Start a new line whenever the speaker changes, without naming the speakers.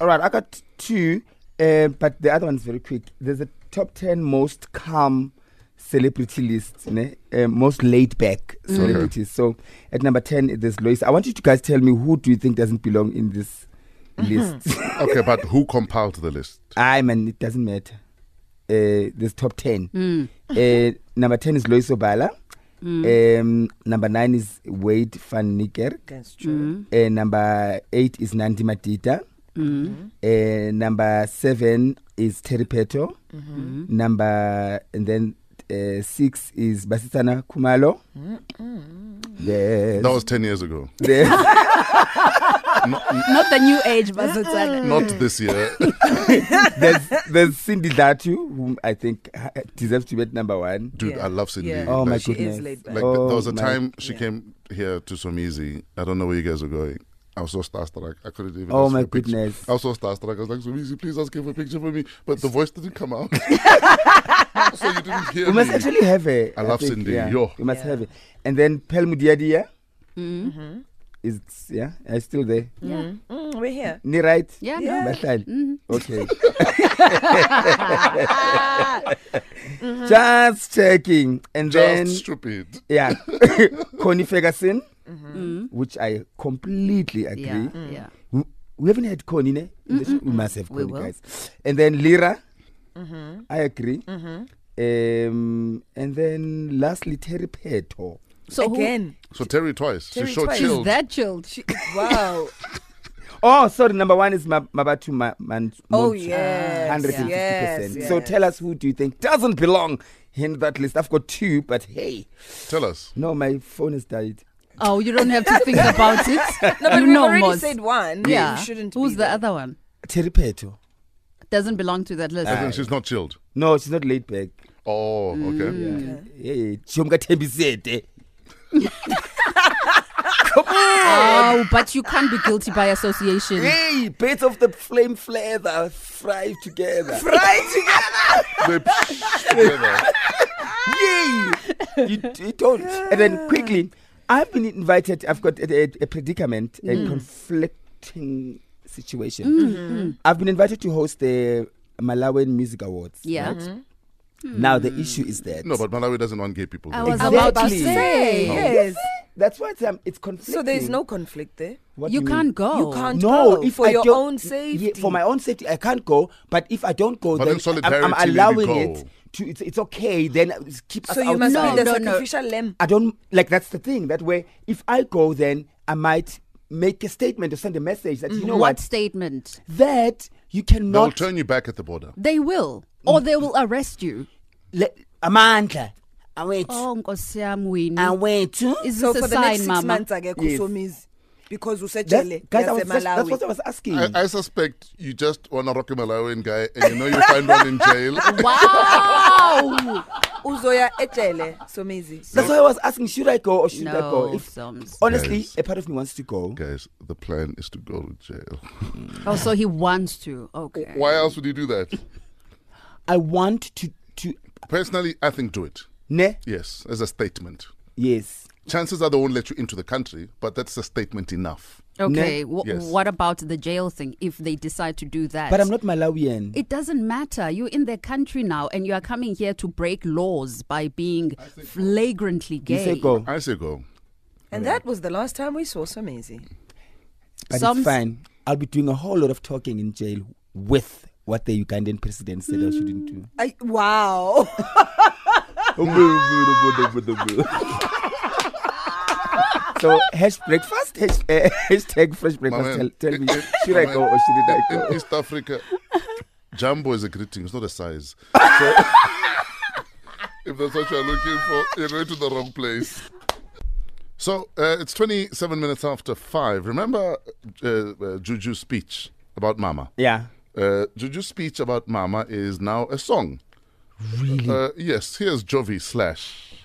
All right, I got two, uh, but the other one's very quick. There's a top 10 most calm celebrity list, ne? Uh, most laid back celebrities. So at number 10, there's Lois. I want you to guys tell me who do you think doesn't belong in this list?
Okay, but who compiled the list?
I man, it doesn't matter. Uh, there's top 10. Uh, number 10 is Lois Obala. Um, number 9 is Wade van Niekerk.
That's true.
Uh, number eight is Nandi Matita.
Mm-hmm.
Uh, number seven is Terry Peto. Number and then uh, six is Basitana Kumalo. Yes.
That was 10 years ago.
Yes.
Mm-hmm.
Not the new age, but it's like
Not
Hmm.
this year.
there's, there's Cindy Datu, whom I think ha- deserves to be at number one.
Dude,
Yeah.
I love Cindy.
Yeah.
Oh my
Like,
She is
goodness!
laid back.
Like th- there was
Oh
a
my-
time she
Yeah.
came here to Somizi. I don't know where you guys were going. I was so starstruck. I couldn't even.
Oh
ask
my
for a picture.
goodness.
I was so starstruck. I was like, Somizi, please ask him for a picture for me. But the voice didn't come out. so you didn't hear
We
me.
must actually have her.
I love Cindy, yo.
We must
Yeah.
have it. And then Pelmudiadia is yeah, I still there.
Mm, we're here.
Ni right?
Yeah,
no.
Bahlali? Okay.
Mm-hmm.
Just checking. And then,
Just stupid.
yeah, Connie Ferguson, which I completely agree.
Mm-hmm. yeah, yeah.
We, we haven't had Connie, ne? In the show. We must have
We
Connie,
will. Mm-hmm.
guys. And then Lira, I agree. Um, and then lastly, Terry Peto.
So who-
Again.
So Terry twice.
Terry
she showed
twice.
chilled.
is that chilled?
Wow.
Oh, sorry, number one is Ma- Mabatu Ma- Man-
Oh,
Montu.
yes.
150%.
Yes, yes.
So tell us who do you think doesn't belong in that list? I've got two, but hey,
Tell us.
no, my phone has died.
Oh, you don't have to think about it.
No, but
you
we've
know
already
Moz.
said one.
Yeah.
You shouldn't
Who's
be
the
there.
other one?
Teripeto.
Doesn't belong to that list.
As in she's not chilled.
No, she's not laid back.
Oh, okay.
Mm. Hey, Chiyomka Thembisete.
oh, but you can't be guilty by association.
Hey, bits of the flame flares are fried together.
They pushed together.
Yay! you, you don't. And
Ah.
then quickly, I've been invited. I've got a, a, a predicament,
Mm.
a conflicting situation.
Mm-hmm.
Mm-hmm.
I've been invited to host the Malawian Music Awards.
Yeah.
right?
Mm-hmm.
Hmm. Now the issue is that
No, but Malawi doesn't want gay people.
I
there.
was
Exactly.
about to say.
No.
Yes.
that's why it's, um, it's conflicting.
So there's no conflict there.
What
You
do mean?
can't go.
You can't
No,
go
if
for
I
your
don't-
own
yeah,
safety.
for my own safety, I can't go. But if I don't go,
But
then
in
I'm,
solidarity,
I'm
we
allowing
go.
it. To, it's, it's okay. Then it's keep us
So you must
outside.
be the
No, no, no.
sacrificial lamb.
I don't like that's the thing that way if I go then I might make a statement or send a message that
Mm,
you know
what
what
statement?
that you
They'll
cannot
turn you back at the border.
They will, or they will arrest you.
Mm.
let Amanda I went
Oh, Nkosi yami,
I
Winnie.
went to
Is
So
this
for
a
the next
sign,
six
Mama?
months, I get
Yes.
kusomizi. Because you said
that's,
Chile,
guys I
yes,
was just, that's
Malawi.
what I was asking
I, I suspect you just want to rock a Malawian guy and you know you find one in jail.
Wow!
Uzoya echele, somizi.
that's why I was asking should I go or should I
no,
go if
Soms.
honestly
Guys.
a part of me wants to go
Guys, the plan is to go to jail.
Oh, so he wants to. Okay.
Why else would you do that?
I want to to
Personally, I think do it.
ne
Yes, as a statement.
yes
Chances are they won't let you into the country, but that's a statement enough.
Okay. wh-
Yes.
What about the jail thing? If they decide to do that,
but I'm not Malawian
It doesn't matter. You're in their country now, and you are coming here to break laws by being flagrantly
you
gay.
say go
I say go.
And that was the last time we saw somizi.
But
Soms-
it's fine. I'll be doing a whole lot of talking in jail with what the Ugandan president said I shouldn't do.
I, wow.
so hash breakfast, hash, uh, hashtag fresh
My
breakfast. Tell,
man,
tell me,
in- in-
should
my
I
man,
go or shouldn't I
in-
go?
In East Africa, jumbo is a greeting, it's not a size. So, if that's what you're looking for, you're going to the wrong place. So uh, it's 27 minutes after five. Remember uh, uh, Juju's speech about Mama?
Yeah.
Uh, Juju's speech about Mama is now a song. Really? Uh, yes, here's Jovi Slash.